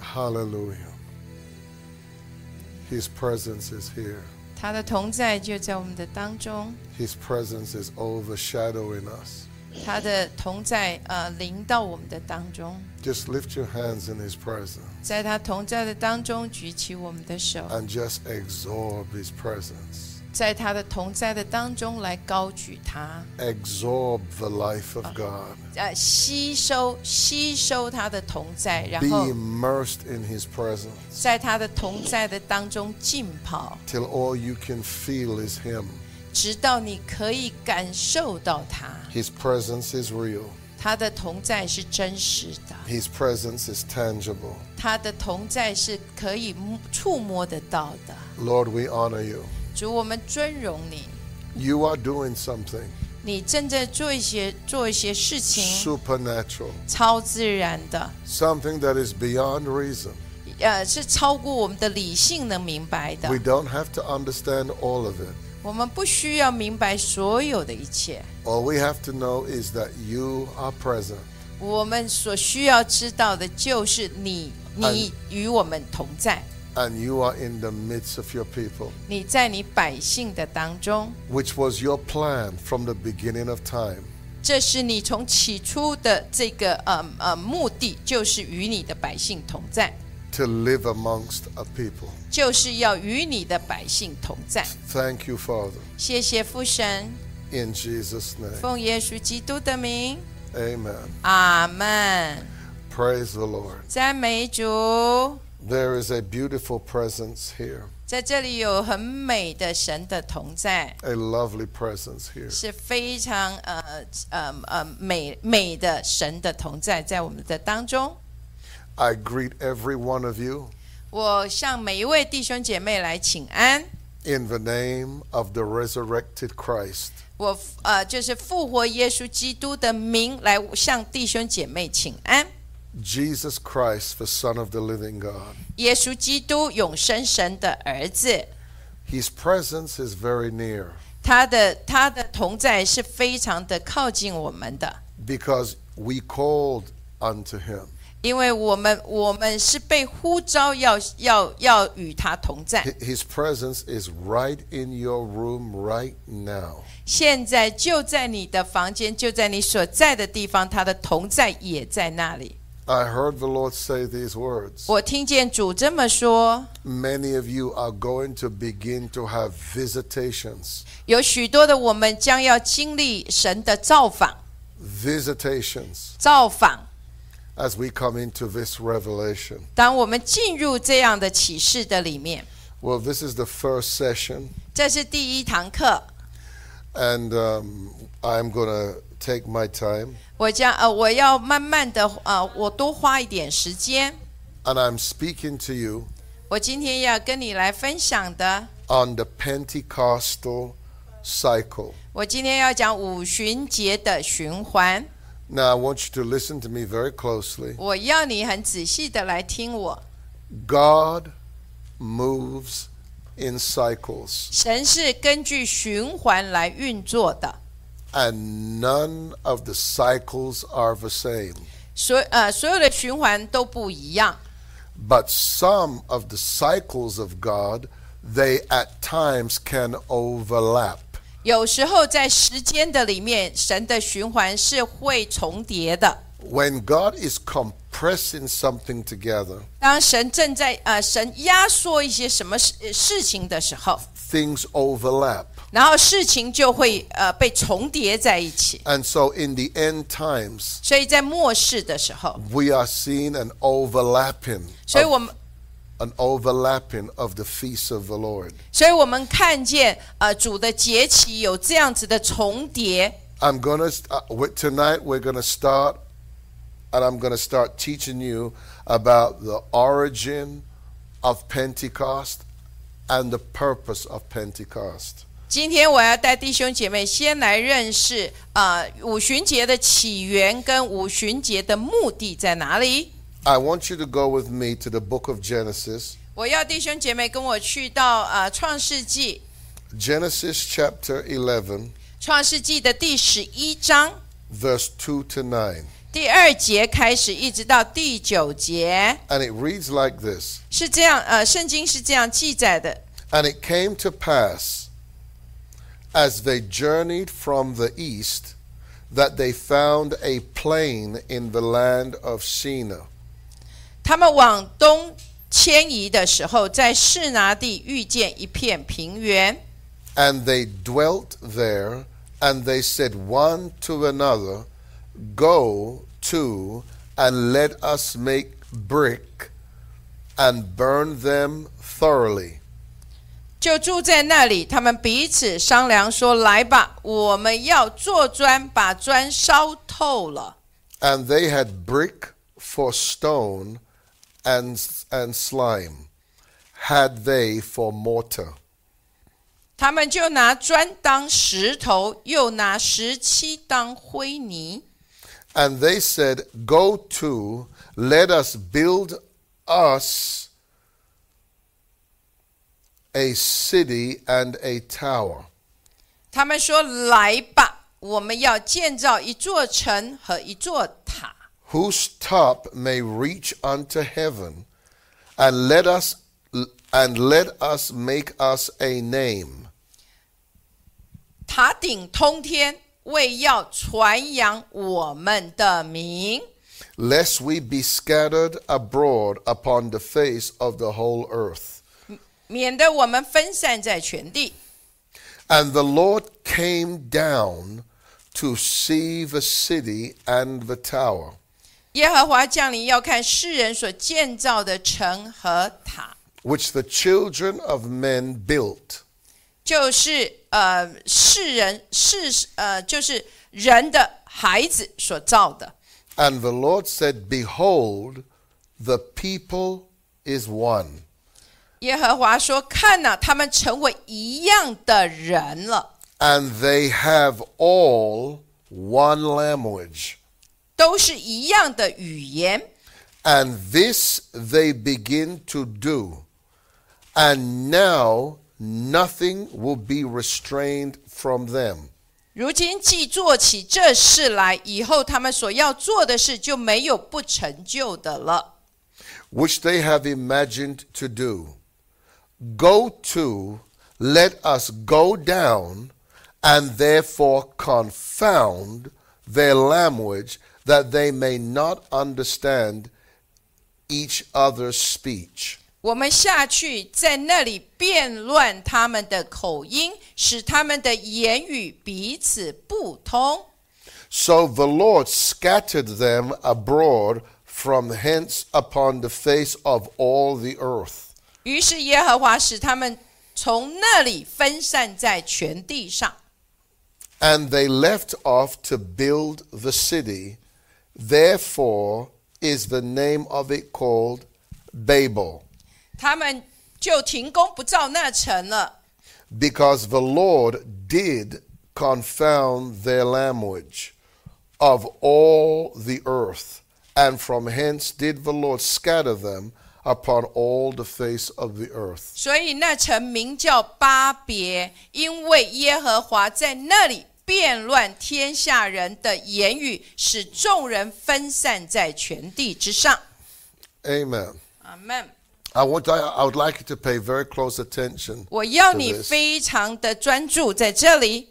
Hallelujah. His presence is here. 他的同在就在我们的当中， His presence is overshadowing us. 他的同在呃临到我们的当中， Just lift your hands in His presence 在他同在的当中举起我们的手， and just absorb His presence. 在他的同在的当中来高举他， Absorb the life of God. 呃，吸收吸收他的同在，然 Be 后 immersed in His presence 在他的同在的当中浸泡， till all you can feel is Him. 直到你可以感受到他， His presence is real, 他的同在是真实的， His presence is tangible. 他的同在是可以摸触摸得到的。 Lord, we honor you. 主，我们尊荣你， You are doing something 你正在做一些做一些事情， supernatural, 超自然的， something that is beyond reason. 呃，是超过我们的理性能明白的 We。don't have to understand all of it. 我们不需要明白所有的一切， All we have to know is that you are present 我们所需要知道的就是你，你与我们同在， and you are in the midst of your people, 你在你百姓的当中， which was your plan from the beginning of time. 这是你从起初的这个呃呃目的，就是与你的百姓同在， to live amongst a people. 就是要与你的百姓同在。 Thank you, Father. 谢谢父神， In Jesus' name. 奉耶稣基督的名， Amen. 阿门。 Praise the Lord. 赞美主， There is a beautiful presence here, 在这里有很美的神的同在， a lovely presence here. 是非常呃呃呃美美的神的同在在我们的当中。 I greet every one of you 我向每一位弟兄姐妹来请安， in the name of the resurrected Christ. 我呃就是复活耶稣基督的名来向弟兄姐妹请安。 Jesus Christ, the Son of the living God. 耶稣基督永生神的儿子， His presence is very near 他的他的同在是非常的靠近我们的， because we called unto him. 因为我们我们是被呼召要要要与他同在， Hi- His presence is right in your room right now. 现在就在你的房间，就在你所在的地方，他的同在也在那里。 I heard the Lord say these words. 我听见主这么说， Many of you are going to begin to have visitations. 有许多的我们将要经历神的造访， Visitations 造访。 as we come into this revelation. 当我们进入这样的启示的里面， Well, this is the first session, 这是第一堂课。 and um, I'm going to take my time. 我将呃，我要慢慢的呃，我多花一点时间。 And I'm speaking to you 我今天要跟你来分享的， on the Pentecostal cycle. 我今天要讲五旬节的循环。 Now, I want you to listen to me very closely. 我要你很仔细的来听我。 God moves in cycles. 神是根据循环来运作的， and none of the cycles are the same. 所呃所有的循环都不一样， But some of the cycles of God, they at times can overlap. 有时候在时间的里面，神的循环是会重叠的。 When God is compressing something together, 当神正在呃神压缩一些什么事呃事情的时候， things overlap. 然后事情就会呃被重叠在一起。 And so in the end times, 所以在末世的时候， we are seeing an overlapping, 所以 of- 我们， an overlapping of the feasts of the Lord. 所以我们看见呃主的节期有这样子的重叠。 I'm gonna st- uh, with- tonight. We're gonna start, and I'm gonna start teaching you about the origin of Pentecost and the purpose of Pentecost. 今天我要带弟兄姐妹先来认识呃五旬节的起源跟五旬节的目的在哪里。 I want you to go with me to the book of Genesis, 我要弟兄姐妹跟我去到呃创世纪， Genesis chapter 11, 创世纪的第十一章 verse 2 to 9. 第第二节开始一直到第九节 And it reads like this 是这样，呃，圣经是这样记载的。 And it came to pass, as they journeyed from the east, that they found a plain in the land of Shinar. 他们往东迁移的时候，在士拿地遇见一片平原， And they dwelt there, and they said one to another, Go to, and let us make brick and burn them thoroughly. 就住在那里。他们彼此商量说：“来吧，我们要做砖，把砖烧透了。 And they had brick for stone and, and slime, had they for mortar. ”他们就拿砖当石头，又拿石漆当灰泥。 And they said, Go to, let us build us a city and a tower, 他们说：“来吧，我们要建造一座城和一座塔， whose top may reach unto heaven, and let us and let us make us a name, 塔顶通天，为要传扬我们的名。” lest we be scattered abroad upon the face of the whole earth. 免得我们分散在全地。 And the Lord came down to see the city and the tower. 耶和华降临要看世人所建造的城和塔， which the children of men built. 就是呃世人世呃就是人的孩子所造的。 And the Lord said, Behold, the people is one, 耶和华说：“看呐、他们成为一样的人了， and they have all one language. 都是一样的语言。 And this they begin to do. And now nothing will be restrained from them. 如今既做起这事来，以后他们所要做的事就没有不成就的了。” which they have imagined to do. Go to, let us go down, and therefore confound their language, that they may not understand each other's speech. 我们下去，在那里变乱他们的口音，使他们的言语彼此不通。 So the Lord scattered them abroad from hence upon the face of all the earth. 于是耶和华使他们从那里分散在全地上。 And they left off to build the city. Therefore is the name of it called Babel, 他们就停工不造那城了， because the Lord did confound their language of all the earth. And from hence did the Lord scatter them upon all the face of the earth. 所以那城名叫巴别，因为耶和华在那里变乱天下人的言语，使众人分散在全地之上。 Amen. 阿门。 I, want, I, I would like you to pay very close attention. 我要你 to this. 非常的专注在这里。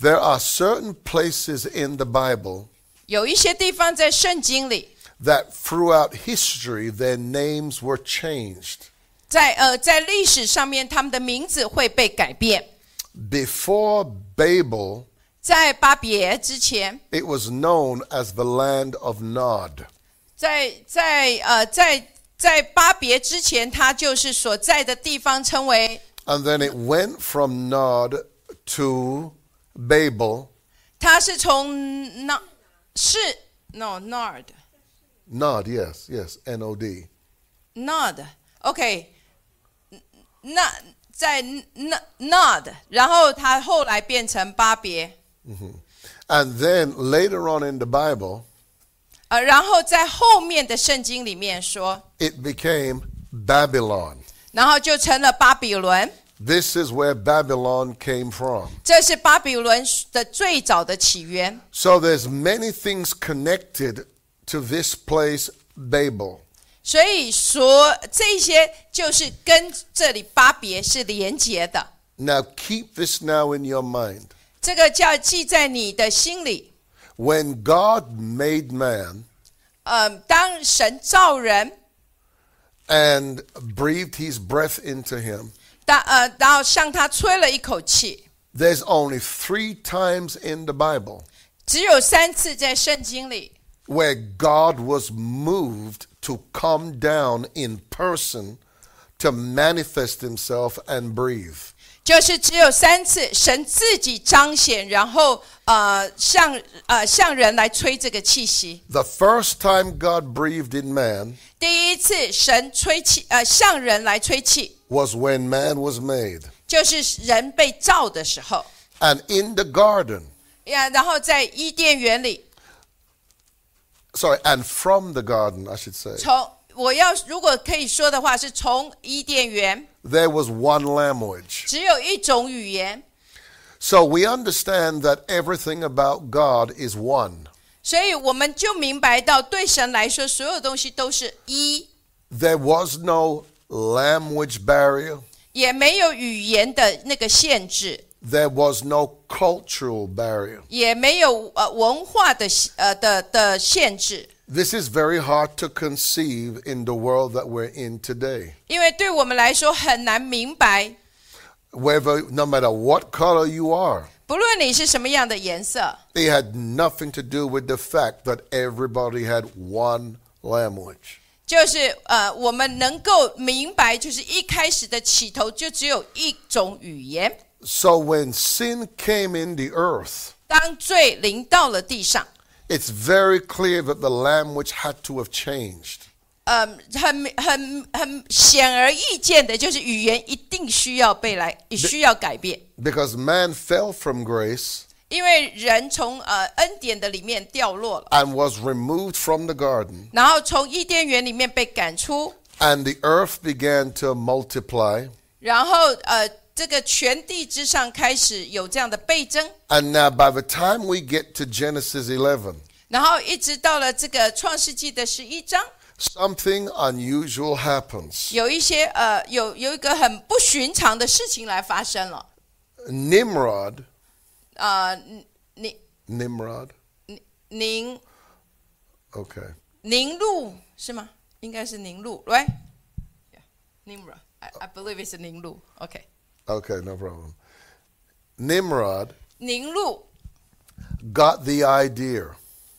There are certain places in the Bible 有一些地方在圣经里， that throughout history their names were changed. 在呃在历史上面，他们的名字会被改变。 Before Babel, 在巴别之前， it was known as the land of Nod. 在在呃在在巴别之前，它就是所在的地方称为， And then it went from Nod to Babel, 它是从那是 no nord Nod, yes, yes, N O D. nod OK，那在那 nod，然后它后来变成巴别。Mm-hmm. And then later on in the Bible, 呃，然后在后面的圣经里面说， it became Babylon. 然后就成了巴比伦， This is where Babylon came from. 这是巴比伦的最早的起源。 So there's many things connected to this place, Babel. 所以所这些就是跟这里巴别是连结的。 Now keep this now in your mind. 这个叫记在你的心里。 When God made man 呃，当神造人， and breathed his breath into him, 当呃，然后向他吹了一口气， there's only three times in the Bible 只有三次在圣经里， where God was moved to come down in person to manifest himself and breathe. 就是只有三次神自己彰显，然后呃向呃向人来吹这个气息。 The first time God breathed in man 第一次神吹气，呃向人来吹气， was when man was made. 就是人被造的时候。 And in the garden, 呀，然后在伊甸园里， sorry, and from the garden, I should say, 从我要如果可以说的话，是从伊甸园， there was one language. 只有一种语言， So we understand that everything about God is one. 所以我们就明白到，对神来说，所有东西都是一， There was no language barrier, 也没有语言的那个限制， there was no cultural barrier. 也没有呃文化的呃的的限制， This is very hard to conceive in the world that we're in today. 因为对我们来说很难明白， Whether, no matter what color you are, 不论你是什么样的颜色， it had nothing to do with the fact that everybody had one language. 就是呃我们能够明白，就是一开始的起头就只有一种语言。 So when sin came in the earth, 当罪临到了地上， it's very clear that the language had to have changed. 嗯，很很很显而易见的，就是语言一定需要被来，需要改变， Because man fell from grace 因为人从呃恩典的里面掉落了， and was removed from the garden, 然后从伊甸园里面被赶出， and the earth began to multiply, 然后呃这个全地之上开始有这样的倍增， and now by the time we get to Genesis 11, 然后一直到了这个创世纪的十一章， something unusual happens. 有一些呃有有一个很不寻常的事情来发生了， Nimrod, 呃，宁 Nimrod, 宁 okay, 宁路是吗？应该是宁路，right? Yeah. Nimra, I I believe it's 宁路。OK， okay, no problem. Nimrod 宁路 got the idea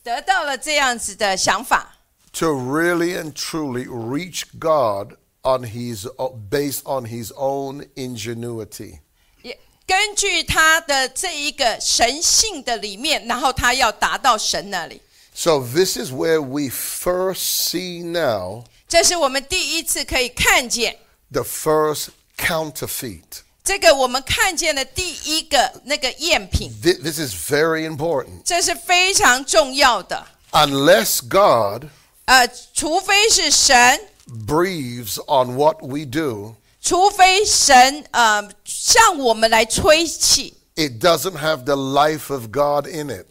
得到了这样子的想法， to really and truly reach God on his based on his own ingenuity. 也根据他的这一个神性的里面，然后他要达到神那里。 So this is where we first see now 这是我们第一次可以看见 the first counterfeit. 这个，我们看见了第一个那个赝品， Thi- This is very important. 这是非常重要的。 Unless God 呃，除非是神， breathes on what we do, 除非神呃向我们来吹气， it doesn't have the life of God in it.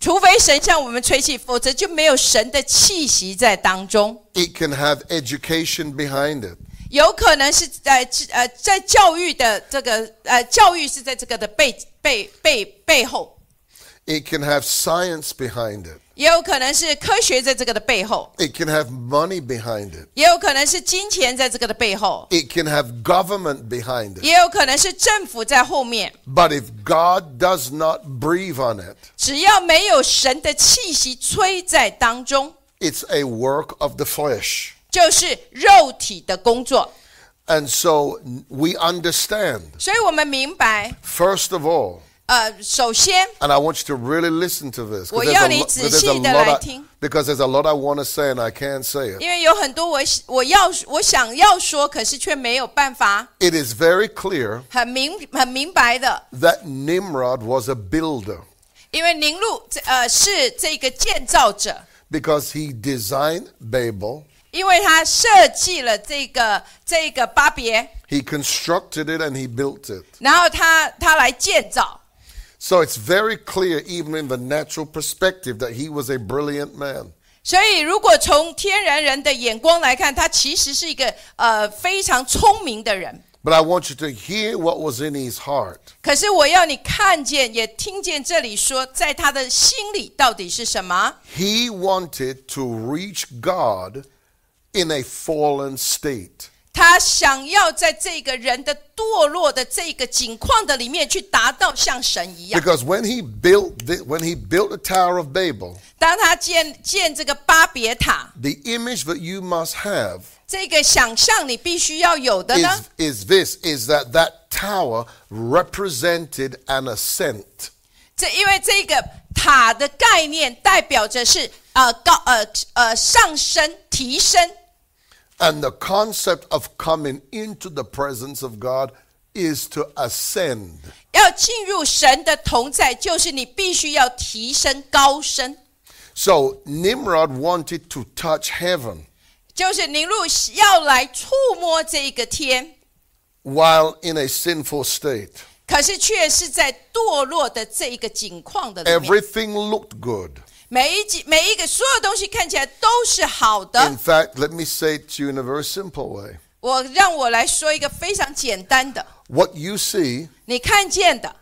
除非神向我们吹气，否则就没有神的气息在当中。 It can have education behind it. 有可能是在呃在教育的这个呃教育是在这个的背背背背后， It can have science behind it. 也有可能是科学在这个的背后， It can have money behind it. 也有可能是金钱在这个的背后， It can have government behind it. 也有可能是政府在后面。 But if God does not breathe on it, 只要没有神的气息吹在当中， it's a work of the flesh. 就是肉体的工作。 And so n- we understand, 所以我们明白， first of all, 呃，首先 and I want you to really listen to this 'cause there's a lo- 我要你仔细地 'cause there's a lot I, 来听。 because there's a lot I want to say and I can't say it. 因为有很多我我要我想要说，可是却没有办法 It is very clear 很明很明白的， that Nimrod was a builder 因为宁路这呃是这个建造者， because he designed Babel, 因为他设计了这个这个巴别， he constructed it, and he built it. 然后他他来建造， So it's very clear, even in the natural perspective, that he was a brilliant man. 所以，如果从天然人的眼光来看，他其实是一个呃非常聪明的人。 But I want you to hear what was in his heart. 可是，我要你看见也听见这里说，在他的心里到底是什么？ He wanted to reach God in a fallen state. 他想要在这个人的堕落的这个境况的里面去达到像神一样。 Because when he built the, when he built the Tower of Babel, 当他建建这个巴别塔， the image that you must have 这个想象你必须要有的呢 is,，is this is that that tower represented an ascent. 这因为这个塔的概念代表着是呃高呃呃上升提升， And the concept of coming into the presence of God is to ascend. 要进入神的同在，就是你必须要提升高升。 So Nimrod wanted to touch heaven, 就是宁路要来触摸这个天， while in a sinful state. 可是却是在堕落的这一个境况的里面。 Everything looked good. 每一集每一个所有东西看起来都是好 In 的。 fact, let me say it to you in a very simple way. 我让我来说一个非常简单的， What you see 你看见的，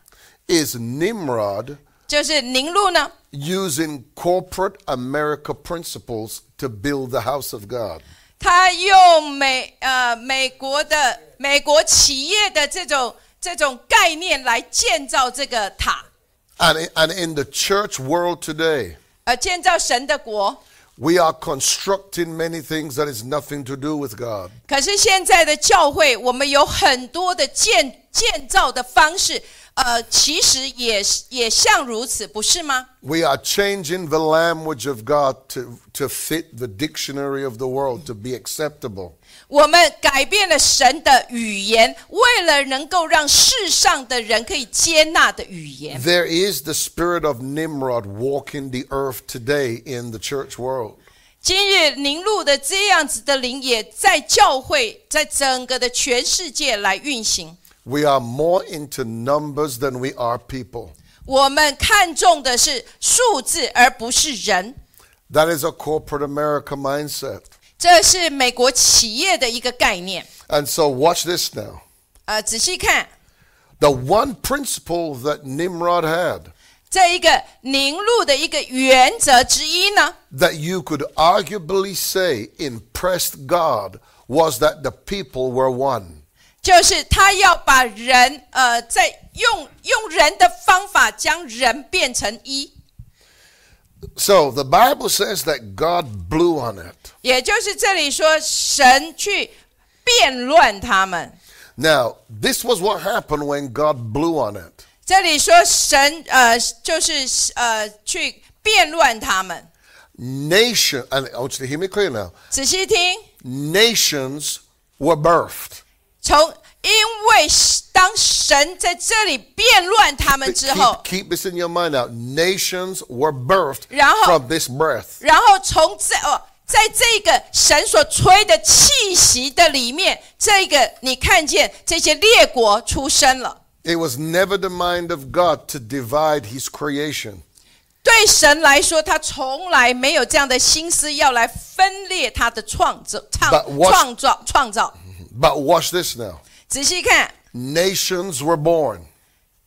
is Nimrod 就是宁路呢， using corporate America principles to build the house of God. 他用美呃美国的美国企业的这种这种概念来建造这个塔， And, and in the church world today, 呃，建造神的国。 we are constructing many things that is nothing to do with God. 可是现在的教会，我们有很多的建建造的方式，呃，其实也是也像如此，不是吗？ We are changing the language of God to, to fit the dictionary of the world to be acceptable. 我们改变了神的语言，为了能够让世上的人可以接纳的语言。 There is the spirit of Nimrod walking the earth today in the church world. 今日凝露的这样子的灵，也在教会，在整个的全世界来运行。 We are more into numbers than we are people. 我们看重的是数字，而不是人。 That is a corporate America mindset. 这是美国企业的一个概念。 And so, watch this now. 呃，仔细看 The one principle that Nimrod had 这一个凝露的一个原则之一呢， that you could arguably say impressed God was that the people were one. 就是他要把人，呃，在用用人的方法将人变成一， So, the Bible says that God blew on it. 也就是这里说神去变乱他们。 Now, this was what happened when God blew on it. 这里说神，呃，就是呃去变乱他们。 Nation, and I want you to hear me clear now. 仔细听， Nations were birthed. 从因为当神在这里变乱他们之 Keep, 后， keep this in your mind now. Nations were birthed 然后- from this breath. 然后从这哦，在这个神所吹的气息的里面，这个你看见这些列国出生了。 It was never the mind of God to divide his creation. 对神来说，他从来没有这样的心思要来分裂他的创造、 But 创 what- 创造、创造。 But watch this now. 仔细看， Nations were born.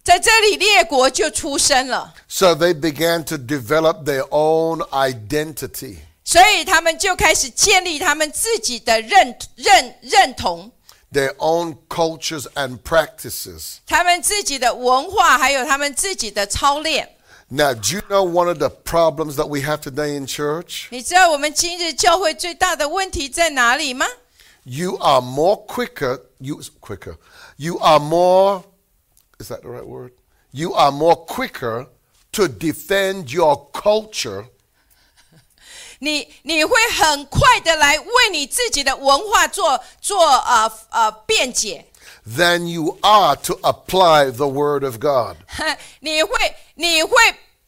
在这里列国就出生了， So they began to develop their own identity. 所以他们就开始建立他们自己的认认认同， Their own cultures and practices. 他们自己的文化，还有他们自己的操练。 Now, do you know one of the problems that we have today in church? 你知道我们今日教会最大的问题在哪里吗？ You are more quicker, you quicker. You are more is that the right word? You are more quicker to defend your culture 你你会很快的来为你自己的文化做做呃呃辩解， than you are to apply the word of God. 你会你会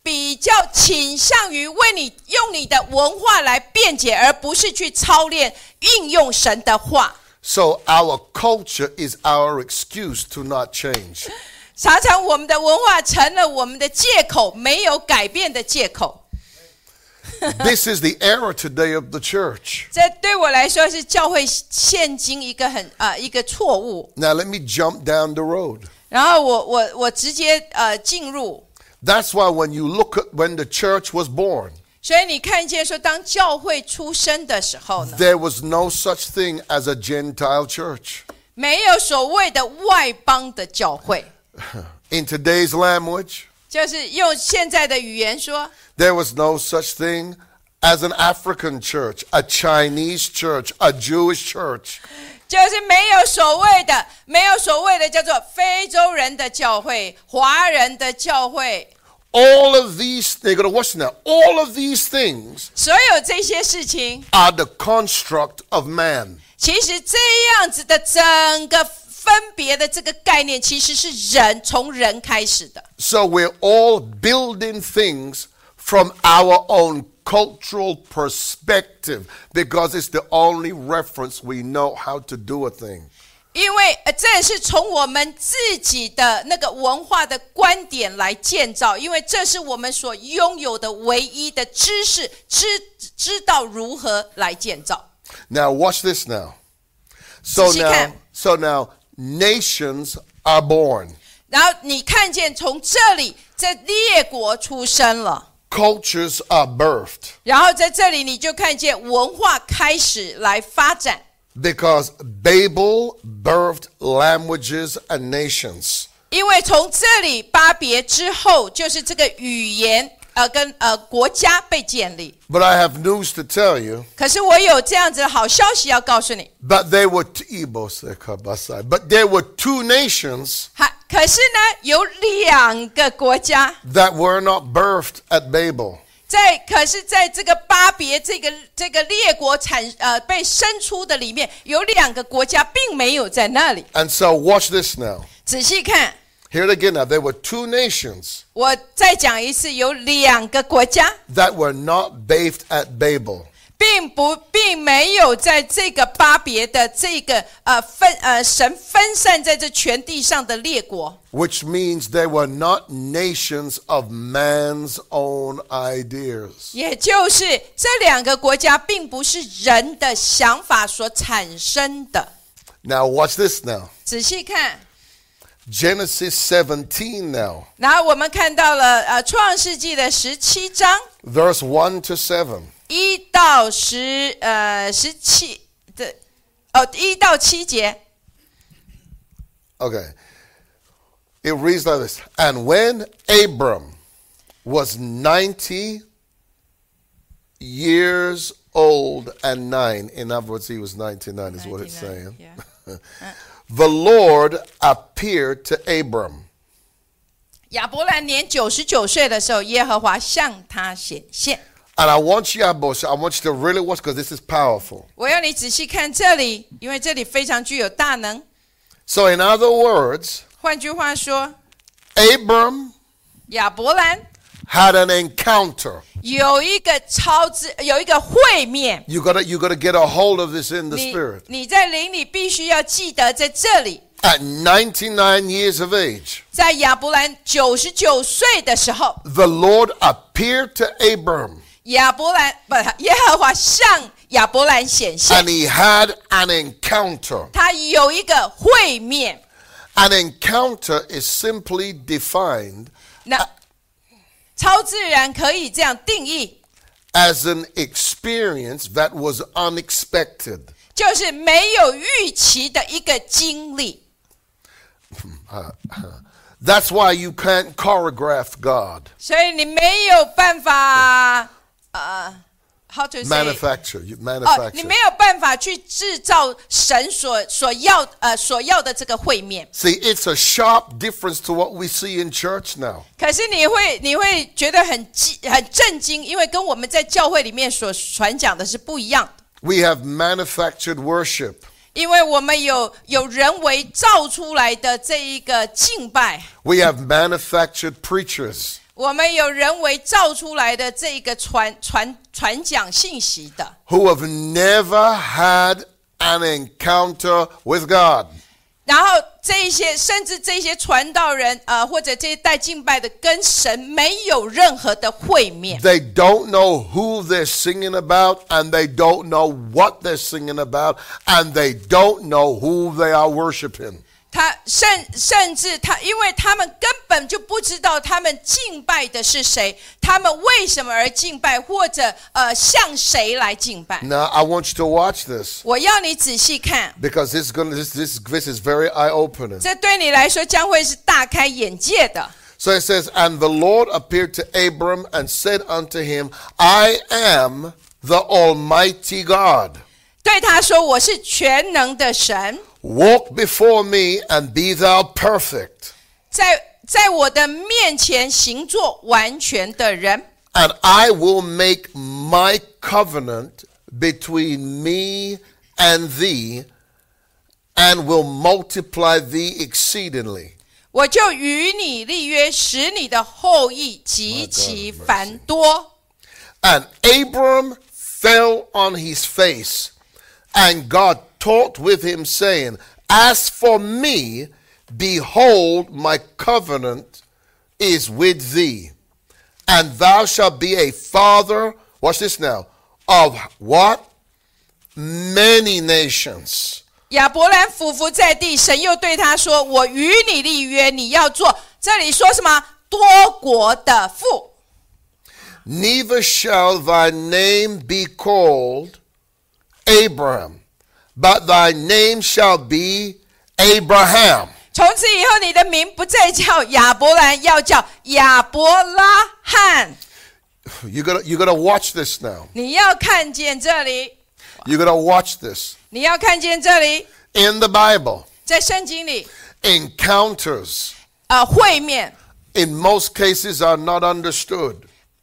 比较倾向于为你用你的文化来辩解，而不是去操练运用神的话。 So our culture is our excuse to not change. 常常我们的文化成了我们的借口，没有改变的借口。 this is the era today of the church. 这对我来说是教会现今一个很呃一个错误。 Now let me jump down the road. 然后我我我直接呃进入， That's why when you look at when the church was born, 所以你看见说，当教会出生的时候呢， there was no such thing as a Gentile church. 没有所谓的外邦的教会， In today's language, 就是用现在的语言说， there was no such thing as an African church, a Chinese church, a Jewish church. 就是没有所谓的，没有所谓的叫做非洲人的教会、华人的教会， All of these, they got to watch now. All of these things 所有这些事情， are the construct of man. 其实这样子的整个分别的这个概念，其实是人从人开始的。 So we're all building things from our own cultural perspective because it's the only reference we know how to do a thing. 因为呃，这也是从我们自己的那个文化的观点来建造，因为这是我们所拥有的唯一的知识，知知道如何来建造。 Now watch this now. So She now can- so now nations are born. 然后你看见从这里，这列国出生了， Cultures are birthed 然后在这里你就看见文化开始来发展， because Babel birthed languages and nations. 因为从这里巴别之后，就是这个语言呃跟呃国家被建立。 But I have news to tell you. 可是我有这样子的好消息要告诉你。 But they were t- but there were two nations 还可是呢，有两个国家 that were not birthed at Babel. 在，可是在这个巴别这个这个列国产呃被生出的里面，有两个国家并没有在那里。 And so watch this now. 仔细看， Here it again now. There were two nations 我再讲一次，有两个国家 that were not bathed at Babel. 并不并没有在这个巴别的这个呃分呃神分散在这全地上的列国。 which means they were not nations of man's own ideas. 也就是这两个国家并不是人的想法所产生的。 Now, watch this now. 仔细看， Genesis 17 now, 然后我们看到了呃《创世纪》的十七章 verse 1 to 7. 一到十呃十七的哦一到七节， Okay. It reads like this And when Abram was 90 years old and nine, in other words, he was 99, is what it's saying. The Lord appeared to Abram. 亚伯兰年九十九岁的时候，耶和华向他显现。 And I want you, Abos, I want you to really watch because this is powerful. 我要你仔细看这里，因为这里非常具有大能。 So, in other words, 换句话说， Abram 亚伯兰 had an encounter. 有一个超自，有一个会面。 You gotta, you gotta get a hold of this in the 你 spirit. 你在灵里必须要记得，在这里， At 99 years of age, 在亚伯兰九十九岁的时候， the Lord appeared to Abram 亚伯兰不，耶和华向亚伯兰显现 and，he had an encounter. 他有一个会面。 An encounter is simply defined 那超自然可以这样定义， as an experience that was unexpected. 就是没有预期的一个经历。 That's why you can't choreograph God, 所以你没有办法，呃，how to say？ manufacture, you 哦， manufacture. 你没有办法去制造神所所要呃所要的这个会面， See, it's a sharp difference to what we see in church now. 可是你会你会觉得很激很震惊，因为跟我们在教会里面所传讲的是不一样的。 We have manufactured worship. 因为我们有有人为造出来的这一个敬拜， We have manufactured preachers. 我们有人为造出来的这一个传传传讲信息的， who have never had an encounter with God. 然后这一些，甚至这些传道人，呃，或者这些带敬拜的，跟神没有任何的会面， They don't know who they're singing about, and they don't know what they're singing about, and they don't know who they are worshiping. 他甚甚至他，因为他们根本就不知道他们敬拜的是谁，他们为什么而敬拜，或者呃向谁来敬拜。 Now, I want you to watch this 我要你仔细看， because this is going to this this this is very eye opening. 这对你来说将会是大开眼界的。 So it says, And the Lord appeared to Abram and said unto him, I am the Almighty God. 对他说：“我是全能的神， Walk before me and be thou perfect, 在在我的面前行作完全的人。 and I will make my covenant between me and thee, and will multiply thee exceedingly. 我就与你立约，使你的后裔极其繁多。 And Abram fell on his face, and God talked with him, saying, As for me, behold, my covenant is with thee, and thou shalt be a father, watch this now, of what? Many nations. 亚伯兰俯伏在地，神又对他说：“我与你立约，你要做。”这里说什么？多国的父， Neither shall thy name be called Abram, but thy name shall be Abraham. 从此以后，你的名不再叫亚伯兰，要叫亚伯拉罕。 You're gonna you're gonna watch this now. 你要看见这里， You're gonna watch this 你要看见这里， in the Bible. 在圣经里， Encounters 呃，会面 in most cases are not understood.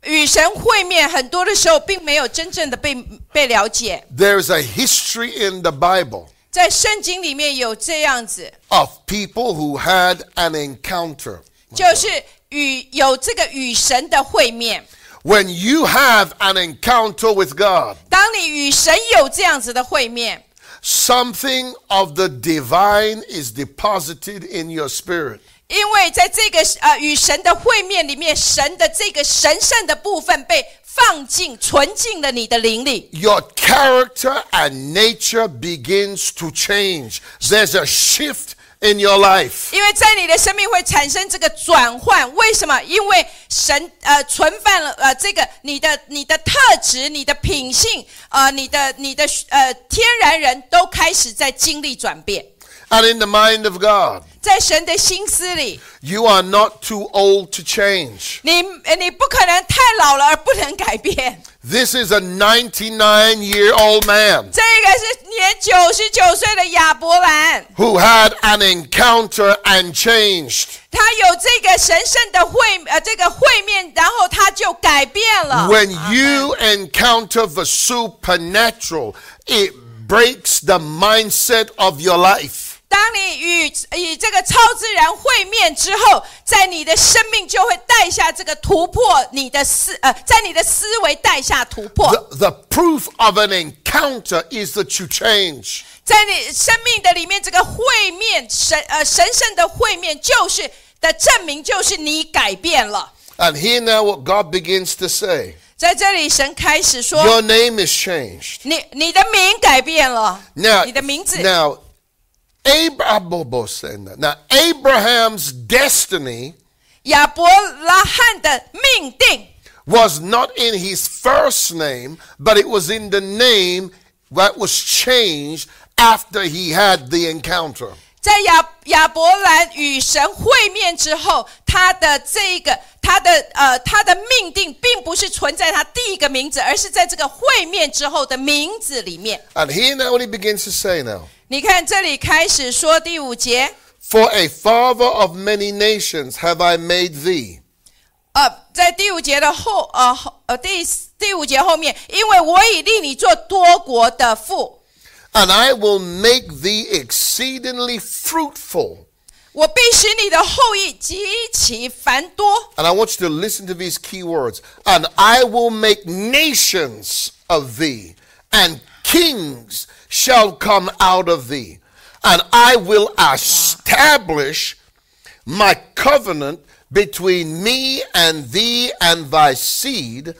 与神会面，很多的时候并没有真正的被被了解。 There's a history in the Bible 在圣经里面有这样子， of people who had an encounter. 就是与有这个与神的会面。 When you have an encounter with God, 当你与神有这样子的会面， something of the divine is deposited in your spirit. 因为在这个呃与神的会面里面，神的这个神圣的部分被放进存进了你的灵里， Your character and nature begins to change. There's a shift in your life. 因为在你的生命会产生这个转换，为什么？因为神呃存放了呃这个你的你的特质、你的品性、呃你的你的呃天然人都开始在经历转变， and in the mind of God. 在神的心思里， You are not too old to change. 你呃你不可能太老了而不能改变。 This is a 99 year old man 这个是年九十九岁的亚伯兰， who had an encounter and changed. 他有这个神圣的会呃这个会面，然后他就改变了。 When you encounter the supernatural, it breaks the mindset of your life. 当你与与这个超自然会面之后，在你的生命就会带下这个突破，你的思呃，在你的思维带下突破， The, the proof of an encounter is that you change. 在你生命的里面，这个会面神呃神圣的会面就是的证明，就是你改变了。 And here now, what God begins to say 在这里，神开始说 Your name is changed.：“ 你你的名改变了， Now, 你的名字。” now Abraham, now Abraham's destiny 亚伯拉罕的命定 was not in his first name, but it was in the name that was changed after he had the encounter. 在亚亚伯兰与神会面之后，他的这一个他的呃他的命定，并不是存在他第一个名字，而是在这个会面之后的名字里面。 And here now what he begins to say now. 你看这里开始说第五节， For a father of many nations have I made thee. 呃，在第五节的后呃后呃第四第五节后面，因为我已立你做多国的父， And I will make thee exceedingly fruitful. 我必使你的后裔极其繁多。 And I want you to listen to these key words. And I will make nations of thee, and kings shall come out of thee. and I will establish my covenant between me and thee and thy seed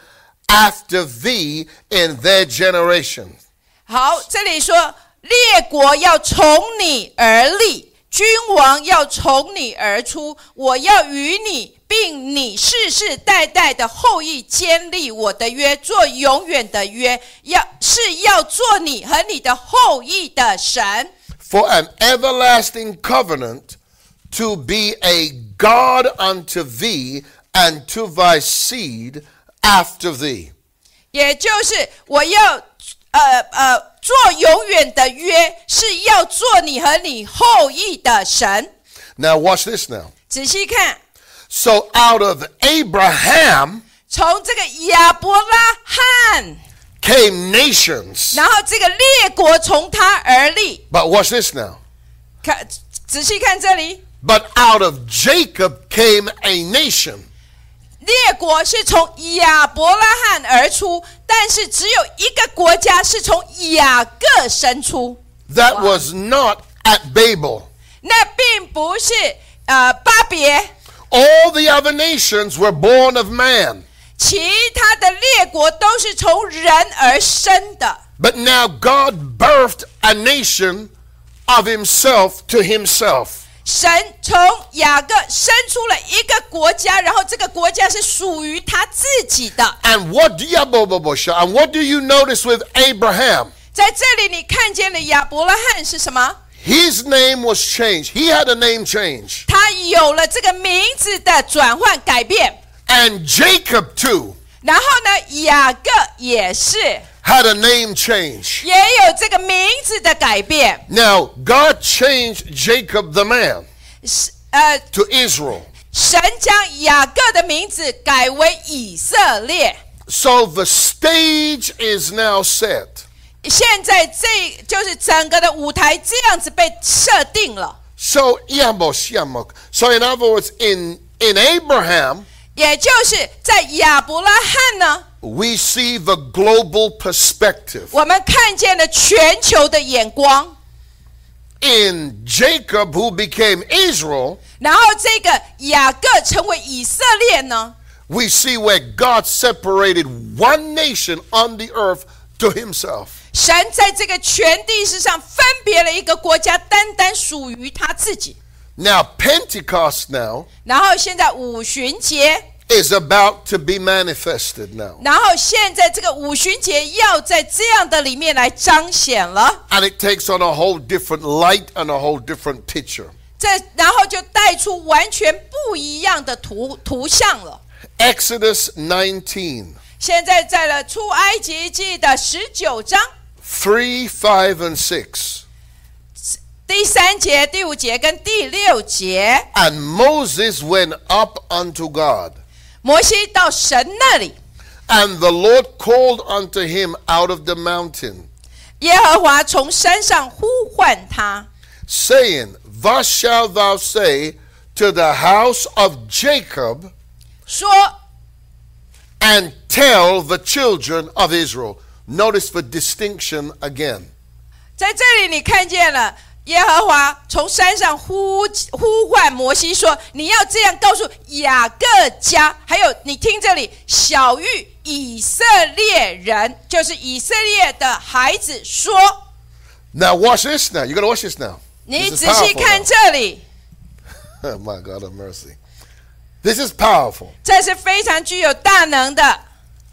after thee in their generation. 好，这里说列国要从你而立，君王要从你而出。我要与你，并你世世代代的后裔建立我的约，做永远的约，要是要做你和你的后裔的神， for an everlasting covenant to be a God unto thee and to thy seed after thee. 也就是我要呃呃做永远的约，是要做你和你后裔的神。 Now, watch this now. 仔细看， So, out of Abraham 从这个亚伯拉罕。 came nations. 然后这个列国从他而立， But watch this now. 看仔细看这里， But out of Jacob came a nation. 列国是从亚伯拉罕而出，但是只有一个国家是从雅各生出， That was not at Babel. 那并不是呃巴别， All the other nations were born of man. 其他的列国都是从人而生的。 But now God birthed a nation of himself to himself. 神从雅各生出了一个国家，然后这个国家是属于他自己的。 And what do you, and what do you notice with Abraham? 在这里，你看见了亚伯拉罕是什么？ His name was changed. He had a name change. 他有了这个名字的转换改变， And Jacob too 然后呢，雅各也是 had a name change. 也有这个名字的改变， Now God changed Jacob the man 是呃， to Israel. 神将雅各的名字改为以色列。 So the stage is now set. 现在这就是整个的舞台这样子被设定了， So yamos yamok. So in other words, in in Abraham, 也就是在亚伯拉罕呢， we see the global perspective. 我们看见了全球的眼光， In Jacob, who became Israel, 然后这个雅各成为以色列呢， we see where God separated one nation on the earth to himself. 神在这个全地之上分别了一个国家，单单属于他自己。 Now, Pentecost now 然后现在五旬节， is about to be manifested now. 然后现在这个五旬节要在这样的里面来彰显了。 And it takes on a whole different light and a whole different picture. 这然后就带出完全不一样的图图像了。 Exodus 19, 现在在了出埃及记的十九章 3, 5, and 6. 第三节、第五节跟第六节， And Moses went up unto God. 摩西到神那里， And the Lord called unto him out of the mountain, 耶和华从山上呼唤他。 saying, Thus shalt thou say to the house of Jacob, 说 and tell the children of Israel. Notice the distinction again. 在这里，你看见了耶和华从山上呼呼唤摩西说：“你要这样告诉雅各家，还有你听这里，小玉以色列人，就是以色列的孩子说。 Now, watch this now. You got to watch this now. ”你 This is 仔细 powerful 看 now. 这里， Oh, my God of mercy. This is powerful. 这是非常具有大能的，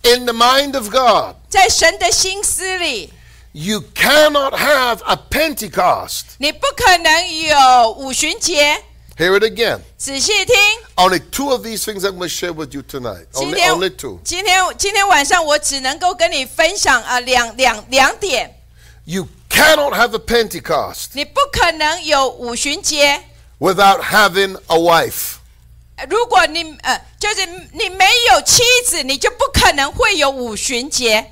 In the mind of God, 在神的心思里， you cannot have a Pentecost. 你不可能有五旬节。 Hear it again. 仔细听， Only two of these things I'm going to share with you tonight. 今 Only, 天 only two. 今天今天晚上我只能够跟你分享啊、两两两点。 You cannot have a Pentecost 你不可能有五旬节。 without having a wife. 呃如果你呃，就是你没有妻子，你就不可能会有五旬节。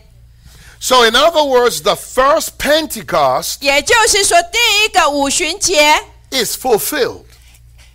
So, in other words, the first Pentecost 也就是说，第一个五旬节 is fulfilled.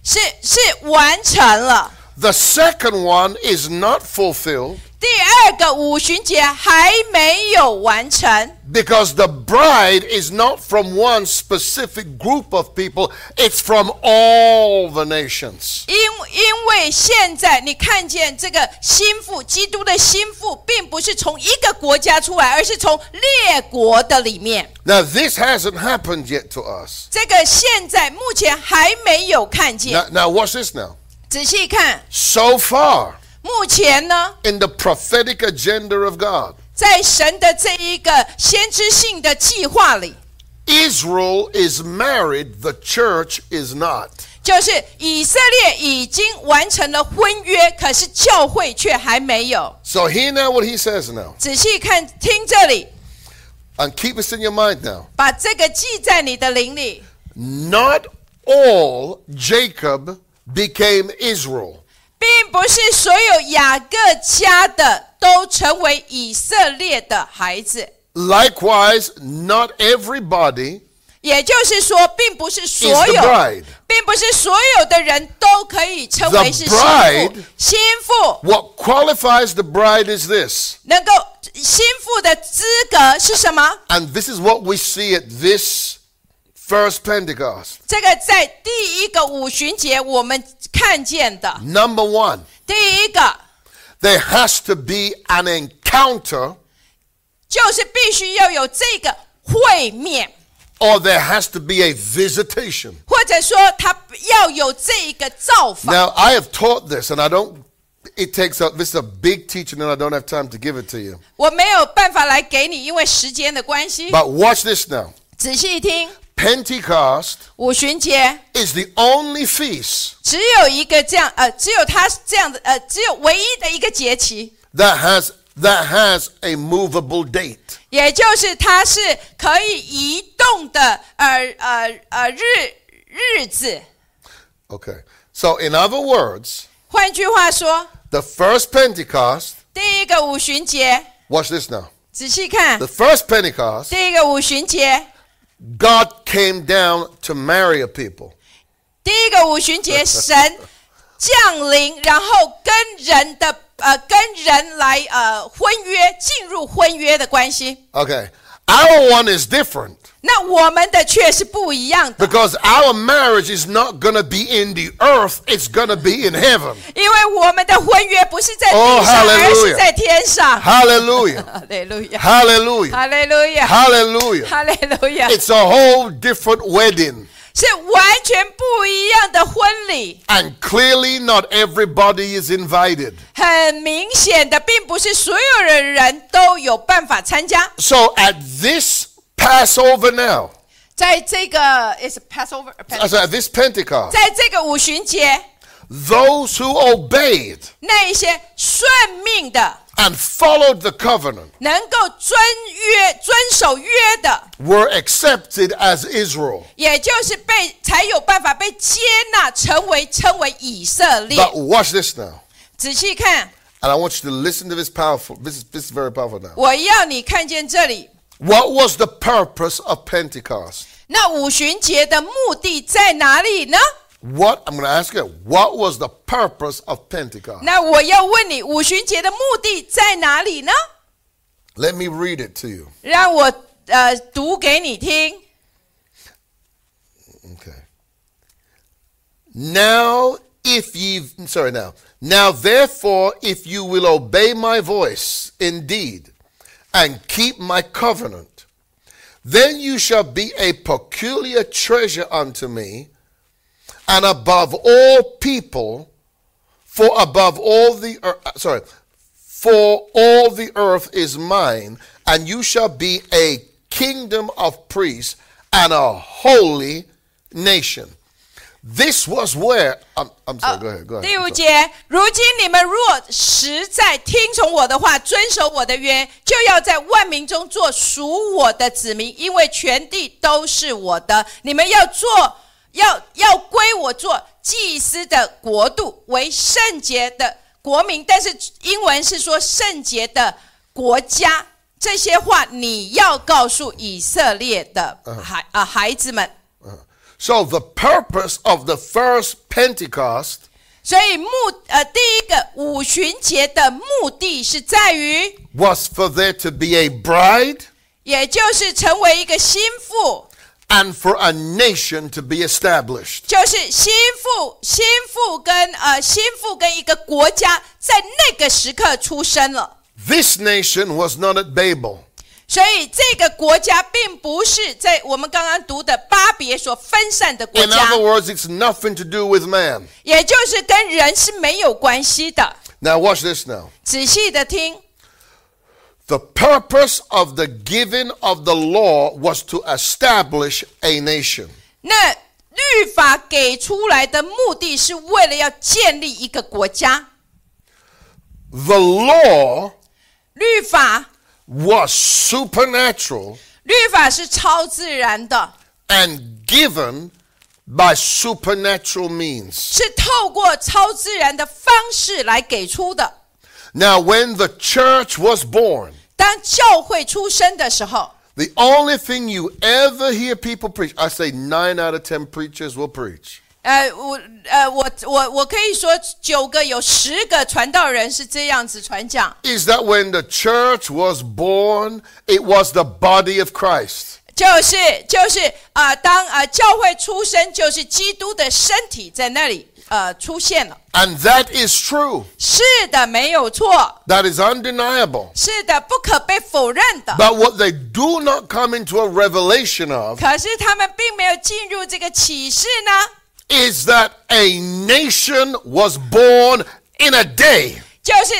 是是完成了， The second one is not fulfilled 第第二个五旬节还没有完成， Because the bride is not from one specific group of people, it's from all the nations. 因因为现在你看见这个心腹，基督的心腹，并不是从一个国家出来，而是从列国的里面。 Now, this hasn't happened yet to us. 这个现在目前还没有看见。 Now, now watch this now. 仔细看， So far, 目前呢， in the prophetic agenda of God, 在神的这一个先知性的计划里， Israel is married, the church is not. 就是以色列已经完成了婚约，可是教会却还没有。 So hear now what he says now. 仔细看，听这里， And keep this in your mind now. 把这个记在你的灵里。 Not all Jacob became Israel. 并不是所有雅各家的都成为以色列的孩子， Likewise, not everybody 也就是说，并不是 is 所 the 有， bride. 并不是所有的人都可以称为是 The 心 bride- 腹。心腹 What qualifies the bride is this, 能够心腹的资格是什么？ and this is what we see at this first Pentecost. 这个在第一个五旬节我们看见的。 Number one, 第一个 there has to be an encounter 就是必须要有这个会面， or there has to be a visitation. 或者说他要有这一个造访。 Now, I have taught this, and I don't, it takes up, this is a big teaching, and I don't have time to give it to you. 我没有办法来给你，因为时间的关 系。But watch this now. 仔细听， Pentecost 五旬节 is the only feast 只有一个这样，呃，只有它是这样的，呃，只有唯一的一个节期， that has that has a movable date. 也就是它是可以移动的，呃呃呃日日子。 Okay. So in other words, 换句话说， the first Pentecost, 第一个五旬节， watch this now. 仔细看 The，first Pentecost, 第一个五旬节， God came down to marry a people. 第一个五旬节，神降临，然后跟人的呃跟人来呃婚约，进入婚约的关系。 Okay. Our one is different 那我们的却是不一样的， because our marriage is not going to be in the earth, it's going to be in heaven. 因为我们的婚约不是在地 Oh, 上，而 hallelujah. 是在天上。 Hallelujah. 哈利路亚， Hallelujah. 哈利路亚， Hallelujah. 哈利路亚， It's a whole different wedding. 是完全不一样的婚礼。 And clearly, not everybody is invited. 很明显的，并不是所有的人都有办法参加。 So at this Passover now, 在这个 is Passover，呃 uh, sorry, at this Pentecost, 在这个五旬节， those who obeyed 那一些顺命的， and followed the covenant 能够遵约、遵守约的， were accepted as Israel. 也就是被才有办法被接纳，成为称为以色列。 But watch this now. 仔细看， And I want you to listen to this powerful, this is, this is very powerful now. 我要你看见这里。 What was the purpose of Pentecost? 那五旬节的目的在哪里呢？ What, I'm going to ask you, what was the purpose of Pentecost? 那我要问你，五旬节的目的在哪里呢？ Let me read it to you. 让我呃读给你听。 Okay. Now, if ye, sorry, now, now therefore, if you will obey my voice indeed and keep my covenant, then you shall be a peculiar treasure unto me and above all people, for above all the earth, sorry, for all the earth is mine, and you shall be a kingdom of priests and a holy nation. This was where I'm, I'm Oh, sorry. go ahead. Go ahead. 第 I'm 五 sorry. 节，啊如今你们若实在听从我的话，遵守我的约，就要在万民中做属我的子民，因为全地都是我的。你们要做，要要归我做祭司的国度，为圣洁的国民。但是英文是说圣洁的国家。这些话你要告诉以色列的孩啊、孩子们。uh-huh. So the purpose of the first Pentecost 所以目呃第一个五旬节的目的是在于， was for there to be a bride 也就是成为一个心腹， and for a nation to be established. 就是心腹、心腹跟呃心腹跟一个国家在那个时刻出生了， This nation was not at Babel. 所以这个国家并不是在我们刚刚读的巴别所分散的国 In 家 other，words, it's nothing to do with man. 也就是跟人是没有关系的。 Now, watch this now. 仔细的听， The purpose of the giving of the law was to establish a nation. 那律法给出来的目的是为了要建立一个国家， The law 律法 was supernatural 律法是超自然的， and given by supernatural means. 是透过超自然的方式来给出的。 Now, when the church was born, 当教会出生的时候， the only thing you ever hear people preach, I say nine out of ten preachers will preach, 呃，我呃，我我我可以说九个有十个传道人是这样子传讲， is that when the church was born, it was the body of Christ. 就是就是啊、呃当啊、呃教会出生就是基督的身体在那里呃出现了， And that is true. 是的，没有错， That is undeniable. 是的，不可被否认的。 But what they do not come into a revelation of 可是他们并没有进入这个启示呢。 is that a nation was born in a day. 就是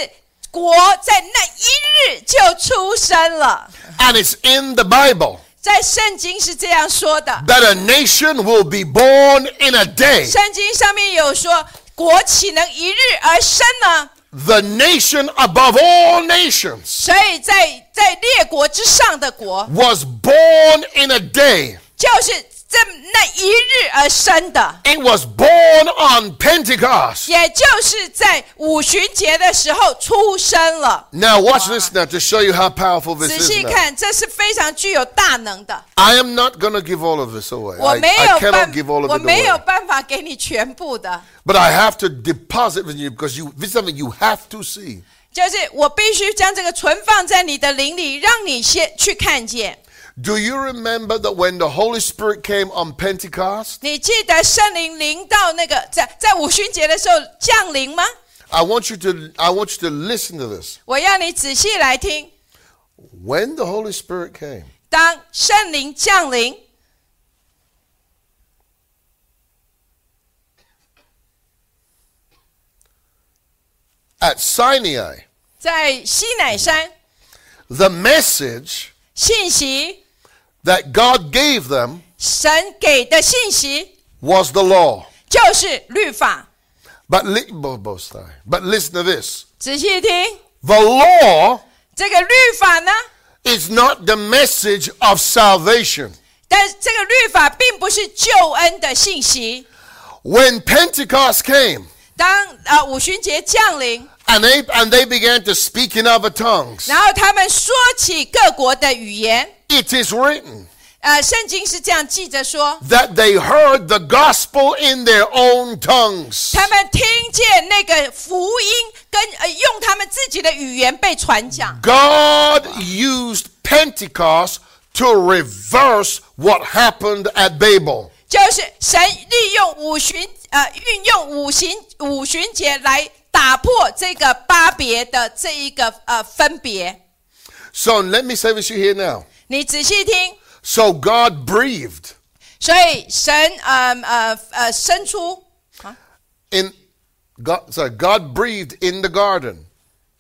国在那一日就出生了， And it's in the Bible 在圣经是这样说的， that a nation will be born in a day. 圣经上面有说，国岂能一日而生呢？ The nation above all nations 所以在在列国之上的国， was born in a day. 就是这那一日而生的， It was born on Pentecost. 也就是在五旬节的时候出生了。 Now, watch this now to show you how powerful 仔 this 细 is. Now. 看，这是非常具有大能的。 I am not going to give all of this away. 我 I, 没 I 有 cannot 办 give all，我 of it 没 away. 有办法给你全部的。 But I have to deposit with you because you this is something you have to see. 就是我必须将这个存放在你的灵里，让你先去看见。 Do you remember that when the Holy Spirit came on Pentecost? 你记得圣灵临到那个在在五旬节的时候降临吗？ I want you to I want you to listen to this. 我要你仔细来听。 When the Holy Spirit came, 当圣灵降临， at Sinai, 在西乃山 the message 信息， that God gave them 神给的信息 was the law. 就是律法。 But li- bo- bo- sorry. but listen to this. 仔细听， The law 这个律法呢？ is not the message of salvation. 但这个律法并不是救恩的信息。 When Pentecost came, 当啊、呃、五旬节降临， and they and they began to speak in other tongues. 然后他们说起各国的语言。 It is written 呃，圣经是这样记着说， that they heard the gospel in their own tongues. 他们听见那个福音跟呃用他们自己的语言被传讲。 God used Pentecost to reverse what happened at Babel. 就是神利用五旬呃运用五行五旬节来打破这个巴别的这一个呃分别。 So let me say this to you here now. 你仔细听， So God breathed 所以神呃呃呃伸出啊 in God sorry, God breathed in the garden.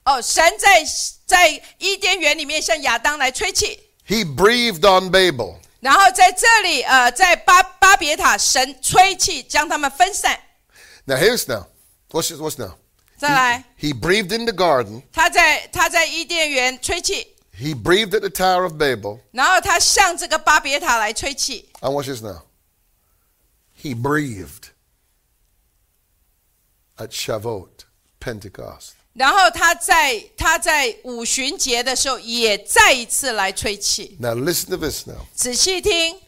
哦，神在在伊甸园里面向亚当来吹气， He breathed on Babel. 然后在这里呃在巴巴别塔神吹气将他们分散。 Now here's now. What's what's now? 再来。 He breathed in the garden. 他在他在伊甸园吹气， He breathed at the Tower of Babel. 然后他向这个巴别塔来吹气， And watch this now. He breathed at Shavuot, Pentecost. 然后他在他在五旬节的时候也再一次来吹气。 Now listen to this now. 仔细听，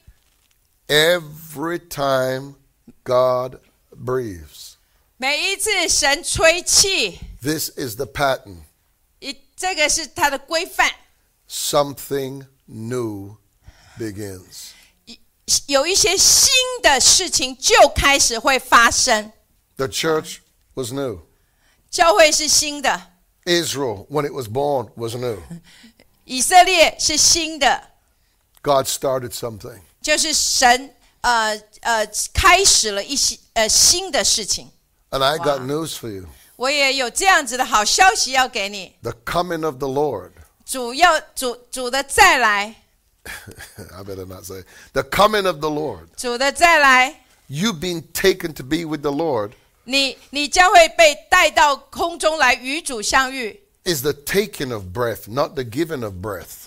Every time God breathes, 每一次神吹气， This is the pattern. 一这个是它的规范。 Something new begins. 一有一些新的事情就开始会发生。 The church was new. 教会是新的， Israel, when it was born, was new. 以色列是新的， God started something. 就是神呃呃开始了一些呃新的事情。 And I got news for you. 我也有这样子的好消息要给你， The coming of the Lord, 主要主主的再来， I better not say, the coming of the Lord. 主的再来， You've been taken to be with the Lord 你你将会被带到空中来与主相遇。 is the taking of breath, not the giving of breath.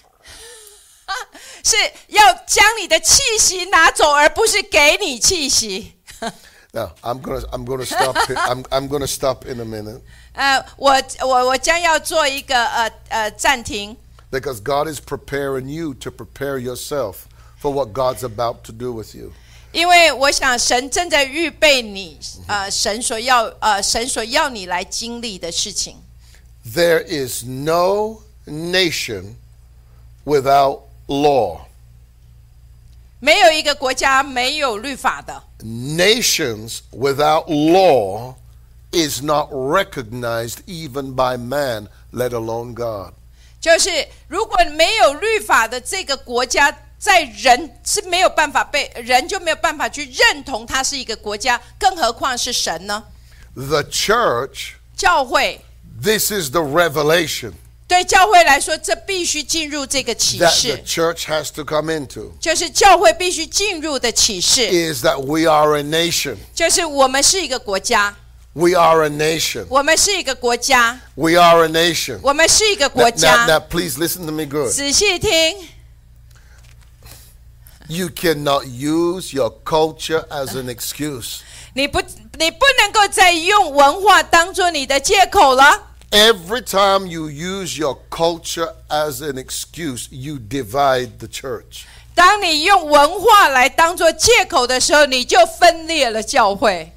是要将你的气息拿走，而不是给你气息。 Now, I'm going to I'm going to stop here. I'm I'm going to stop in a minute 呃，我我我将要做一个呃呃暂停， because God is preparing you to prepare yourself for what God's about to do with you. 因为我想神正在预备你，呃，神所要呃神所要你来经历的事情。 There is no nation without law. 没有一个国家没有律法的， Nations without law is not recognized even by man, let alone God. 就是如果没有律法的这个国家，在人是没有办法被人就没有办法去认同它是一个国家，更何况是神呢？ The church, 教会 this is the revelation 对教会来说，这必须进入这个启 that the 示， church has to come into 就是教会必须进入的启示， is that we are a nation. 就是我们是一个国家， We are a nation. 我们是一个国家， We are a nation. 我们是一个 Now, 国 now, 家 now,。please listen to me good. 仔细听， You cannot use your culture as an excuse. 你不，你不能够再用文化当做你的借口了。 Every time you use your culture as an excuse, you divide the church. 当你用文化来当做借口的时候，你就分裂了教会。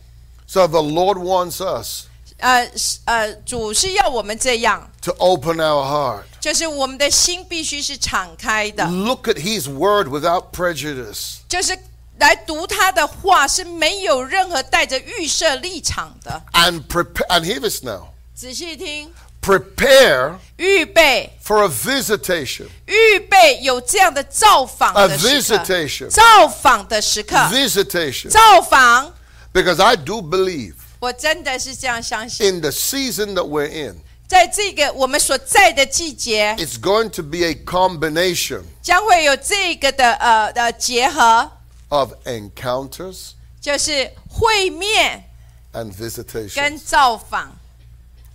So the Lord wants us 呃是呃，主是要我们这样， to open our heart. 就是我们的心必须是敞开的。 Look at his word without prejudice. 就是来读他的话是没有任何带着预设立场的。 And prepare and hear this now. 仔细听， Prepare 预备， for a visitation. 预备有这样的造访 A 的时 visitation. 刻，造访的时刻， Visitation. 造访。 Because I do believe 我真的是这样相信， in the season that we're in, 在这个我们所在的季节， it's going to be a combination 将会有这个的呃呃结合， of encounters 就是会面 and 跟 visitations. 造访。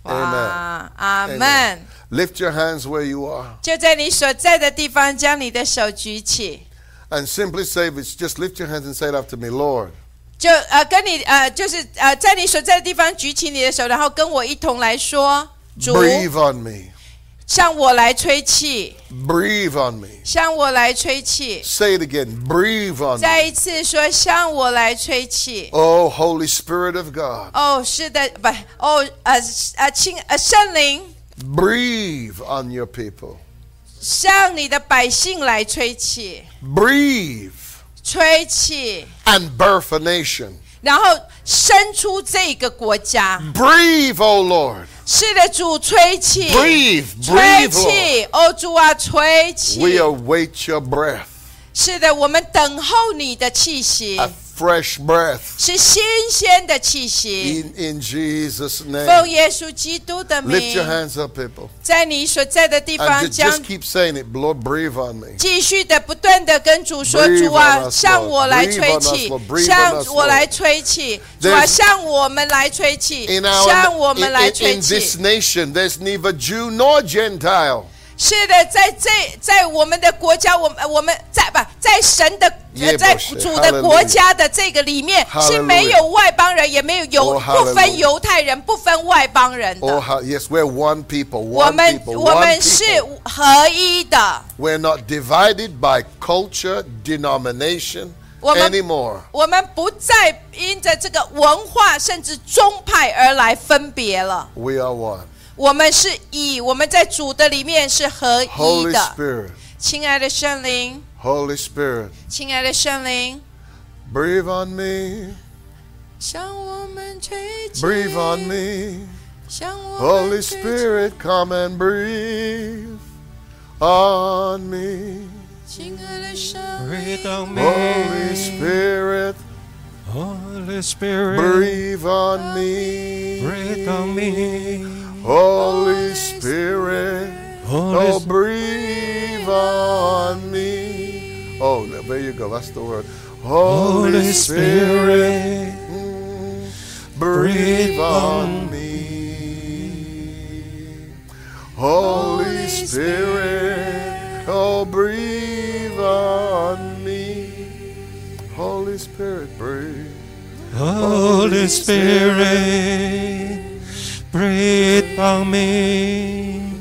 Amen，哇，阿 Amen. 门！ Lift your hands where you are 就在你所在的地方，将你的手举起。 and simply say this. Just lift your hands and say it after me, Lord. 就呃跟你呃就是呃在你所在的地方举起你的手，然后跟我一同来说，主 Breathe on me. 向我来吹气， Breathe on me. 向我来吹气。 Say it again. Breathe on 再 me. 一次说，向我来吹气。 Oh, Holy Spirit of God. 哦，是的，不，哦，呃是呃，亲呃圣灵 Breathe on your people. 向你的百姓来吹气， Breathe 吹气， and birth a nation. 然后生出这个国家。 Breathe, oh Lord. 是的，主吹气， Breathe, 吹 breathe, Lord. 气，哦主啊，吹气。 We await your breath, 是的，我们等候你的气息 a，fresh breath 是新鲜的气息。 in, in Jesus' 奉 name. 耶稣基督的 Lift 名 your，hands up, people. 在你所在的地 And 方 ju- 将 just keep saying it, Lord, breathe on me. 继续的不断的跟主说：“ Breathe 主啊， on us, 向 Lord. 我来 Breathe 吹 on us, 气 Lord. Breathe，on 向 us, 我 Lord. 来吹气，主 There's- 啊，向我们来吹气， In 向 our 我们 in, 来 in, 吹 in this 气。 nation, there's neither Jew nor Gentile. ”是的，在这在我们的国家，我们我们在不在神的 Yeah, 在 Moshe. 主的国家的这个里面 Hallelujah. 是没有外邦人，也没有犹 Oh, 不 hallelujah. 分犹太人，不分外邦人的。 Oh, how, yes, we're one people, 我 one 们 people, 我 one 们是 people. 合一的， We're not divided by culture, denomination 我们- anymore. 我们不再因着这个文化甚至宗派而来分别了， We are one. 我们是以我们在主的里面是合一 Holy 的。 Spirit, 亲爱的圣灵， Holy Spirit, 亲爱的圣灵， breathe on me, 向我们吹气 breathe on me. 向我 Holy 们吹气 Spirit, come and breathe on me. 亲爱的圣灵， Breathe on me, Holy Spirit, Holy Spirit. breathe on me. Breathe on me, Holy Spirit. Holy Oh, Spirit. breathe on me. Oh, there you go. That's the word. Holy Spirit, mm, breathe breathe on on me. Holy Spirit, oh, breathe on me. Holy Spirit, breathe. Holy Spirit, breathe on me.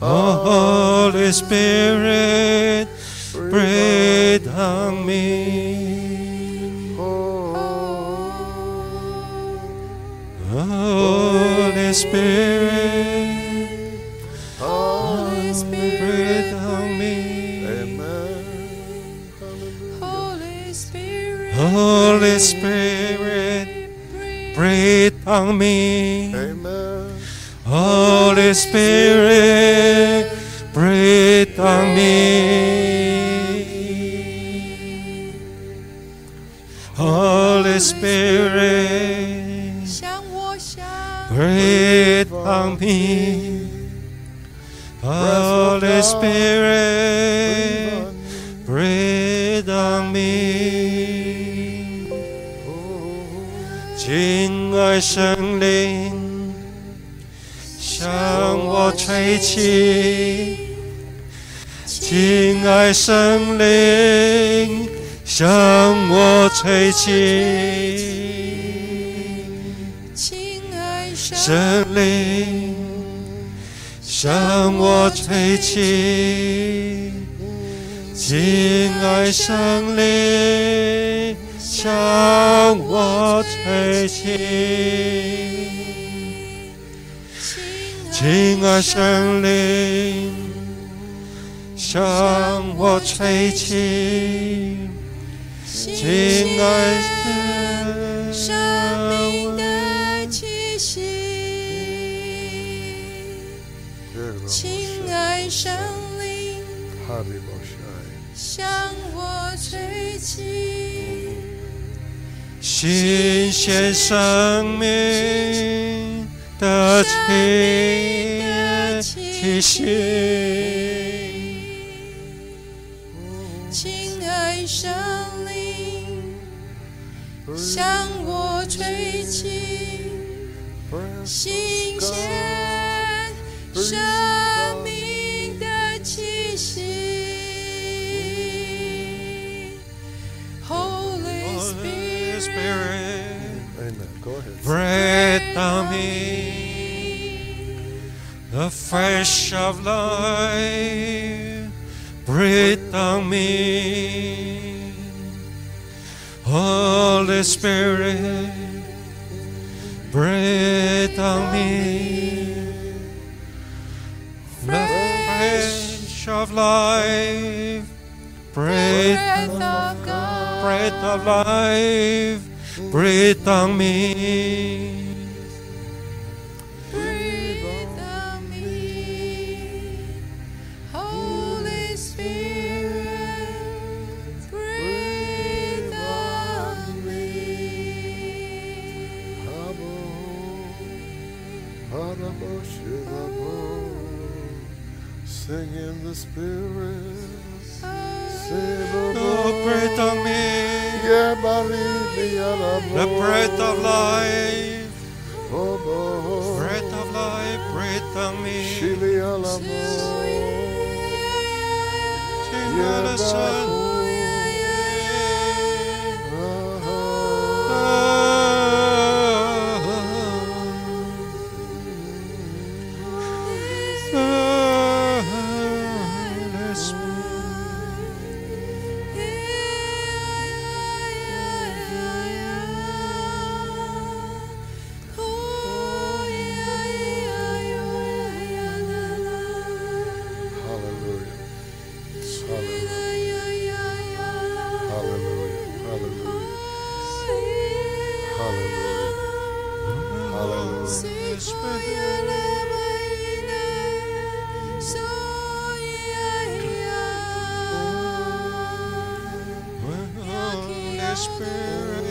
Oh, Holy Spirit, breathe on me. Holy Spirit, Holy breathe on me. Amen. Holy Spirit, Holy Spirit, breathe on me. Amen. Holy Spirit, breathe on me. Holy Spirit, 向我向 breathe on me. Holy Spirit, breathe on me. 亲爱神灵，向我吹气；亲爱神灵，向我吹气；亲爱圣神灵，向我吹气；亲爱神灵，向我吹气。亲爱神灵，向我吹气，亲爱的生命的气息，亲爱神灵，向我吹气，新鲜生命的气息，亲爱神灵，向我吹气，新鲜生命的气息。Holy Holy Spirit。 Spirit, Amen. Go ahead. breathe on me the fresh of life. Breathe on me, Holy Spirit. Breathe on me the fresh of life. Breathe breath of God, breath of life, breathe on me. breathe on me. Holy Spirit, breathe on me. Sing in the spirit. Sing Oh, breathe on me, Yeah, believe me, Alamo. the breath of life, Obo. breath of life, breathe on me. Chile, Alamo. Sing the sun. Oh. Holy Oh. Spirit. Oh, yeah, yeah, yeah. Holy Spirit,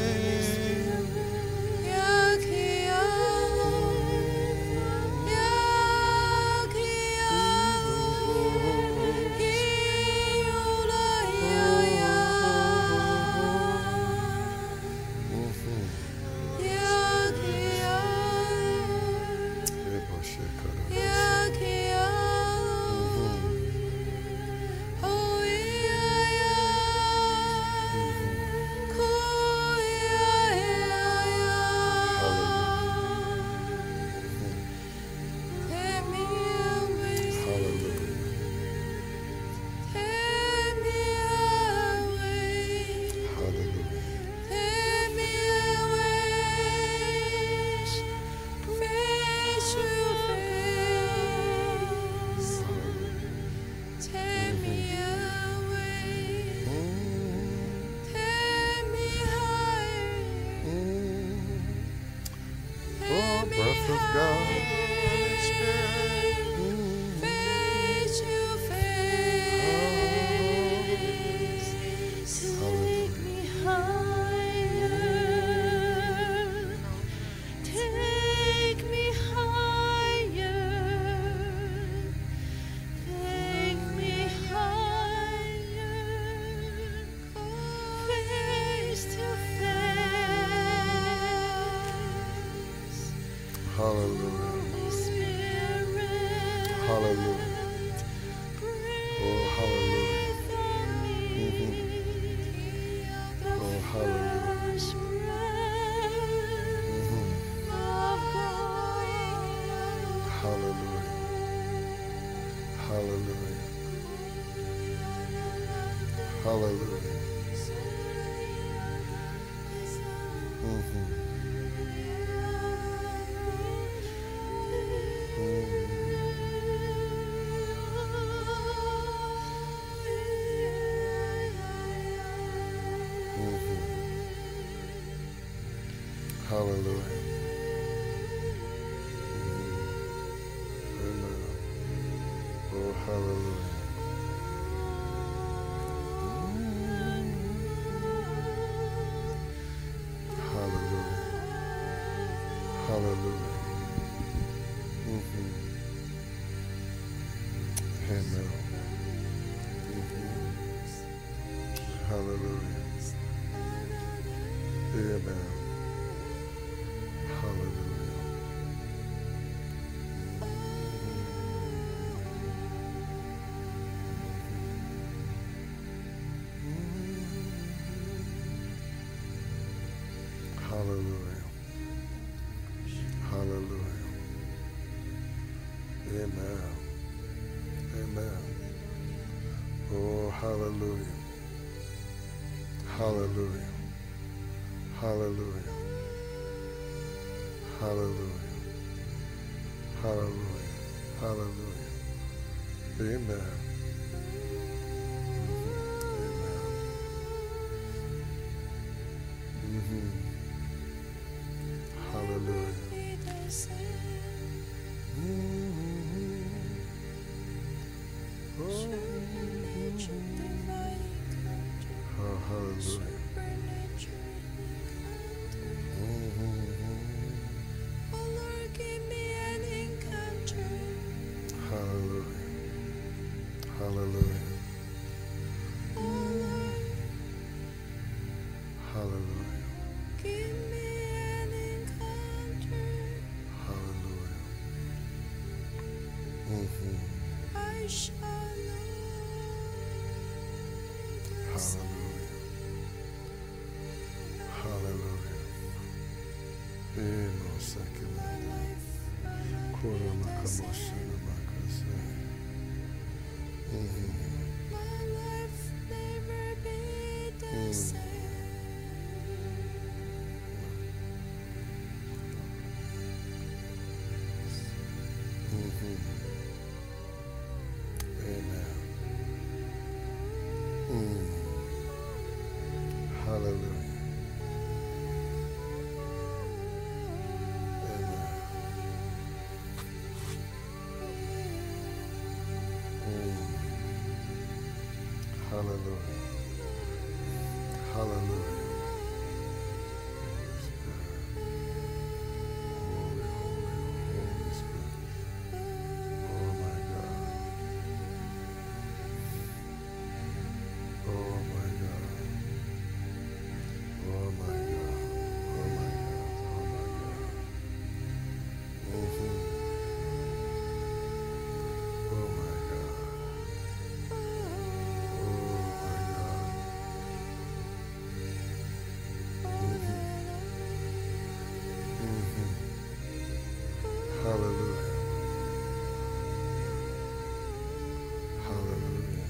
Hallelujah. Hallelujah. Oh, hallelujah. Oh, hallelujah. Hallelujah. Hallelujah. Hallelujah. Mhm. Hallelujah. Mhm. Amen. Oh, hallelujah. Hallelujah. Hallelujah. Mm-hmm. Amen. Mm-hmm. Hallelujah. Amen. Hallelujah. Hallelujah. Hallelujah. Amen. Amen. Oh, hallelujah. Hallelujah. Hallelujah. Hallelujah. Hallelujah. Hallelujah. Amen. Mm-hmm. Mhm. Amen. hmm Hallelujah. Mm-hmm. Mm-hmm. Amen. Mm. Hallelujah. Amen. Hallelujah. Hallelujah. Holy, holy, Holy Spirit. Oh my God. Oh my God. Oh my God. Oh my God. Oh my God. Mhm. Oh my God. Oh my God. Mhm. Mhm. Hallelujah. Hallelujah.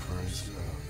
Praise God.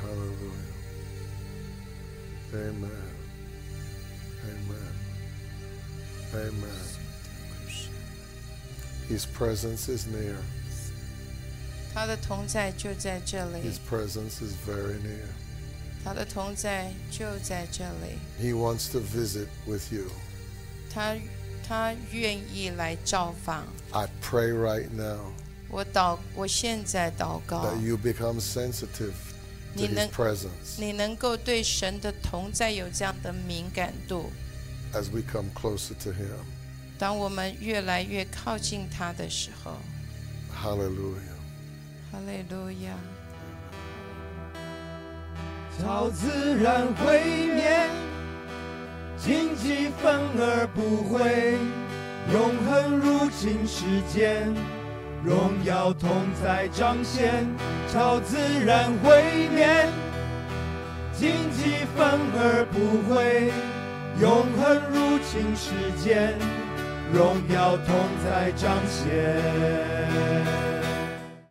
Hallelujah. Amen. Amen. Amen. His presence is near. 他的同在就在这里 His，presence is very near. 他的同在就在这里， He wants to visit with you. 他他愿意来造访。 I pray right now 我祷，我现在祷告 that，you become sensitive to His 你能- presence 你能够对神的同在有这样的敏感度。 as we come closer to Him. 当我们越来越靠近他的时候， Hallelujah. 哈利路亚。超自然毁灭，荆棘反而不会，永恒入侵世间，荣耀同在彰显，超自然毁灭，荆棘反而不会，永恒入侵世间，荣耀同在彰显。